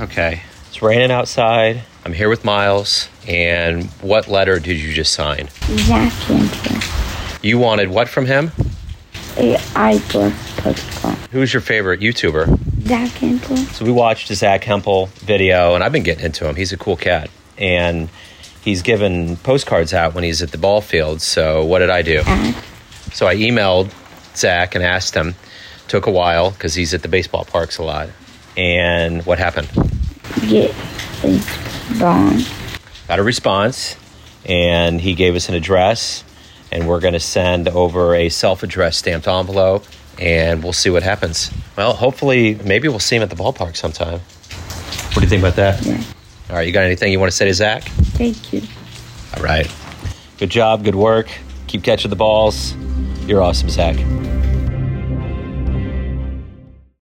Okay. It's raining outside. I'm here with Miles. And what letter did you just sign? Zach and him. You wanted what from him? A eyebrow postcard. Who's your favorite YouTuber? Zach and him. So we watched the Zach Hempel video, and I've been getting into him. He's a cool cat, and he's given postcards out when he's at the ball field. So what did I do? Ask So I emailed Zach and asked him. Took a while because he's at the baseball parks a lot. And what happened? get things wrong. Got a response, and he gave us an address, and we're going to send over a self-addressed stamped envelope, and we'll see what happens. Well, hopefully, maybe we'll see him at the ballpark sometime. What do you think about that? Yeah. All right, you got anything you want to say to Zach? Thank you. All right. Good job. Good work. Keep catching the balls. You're awesome, Zach.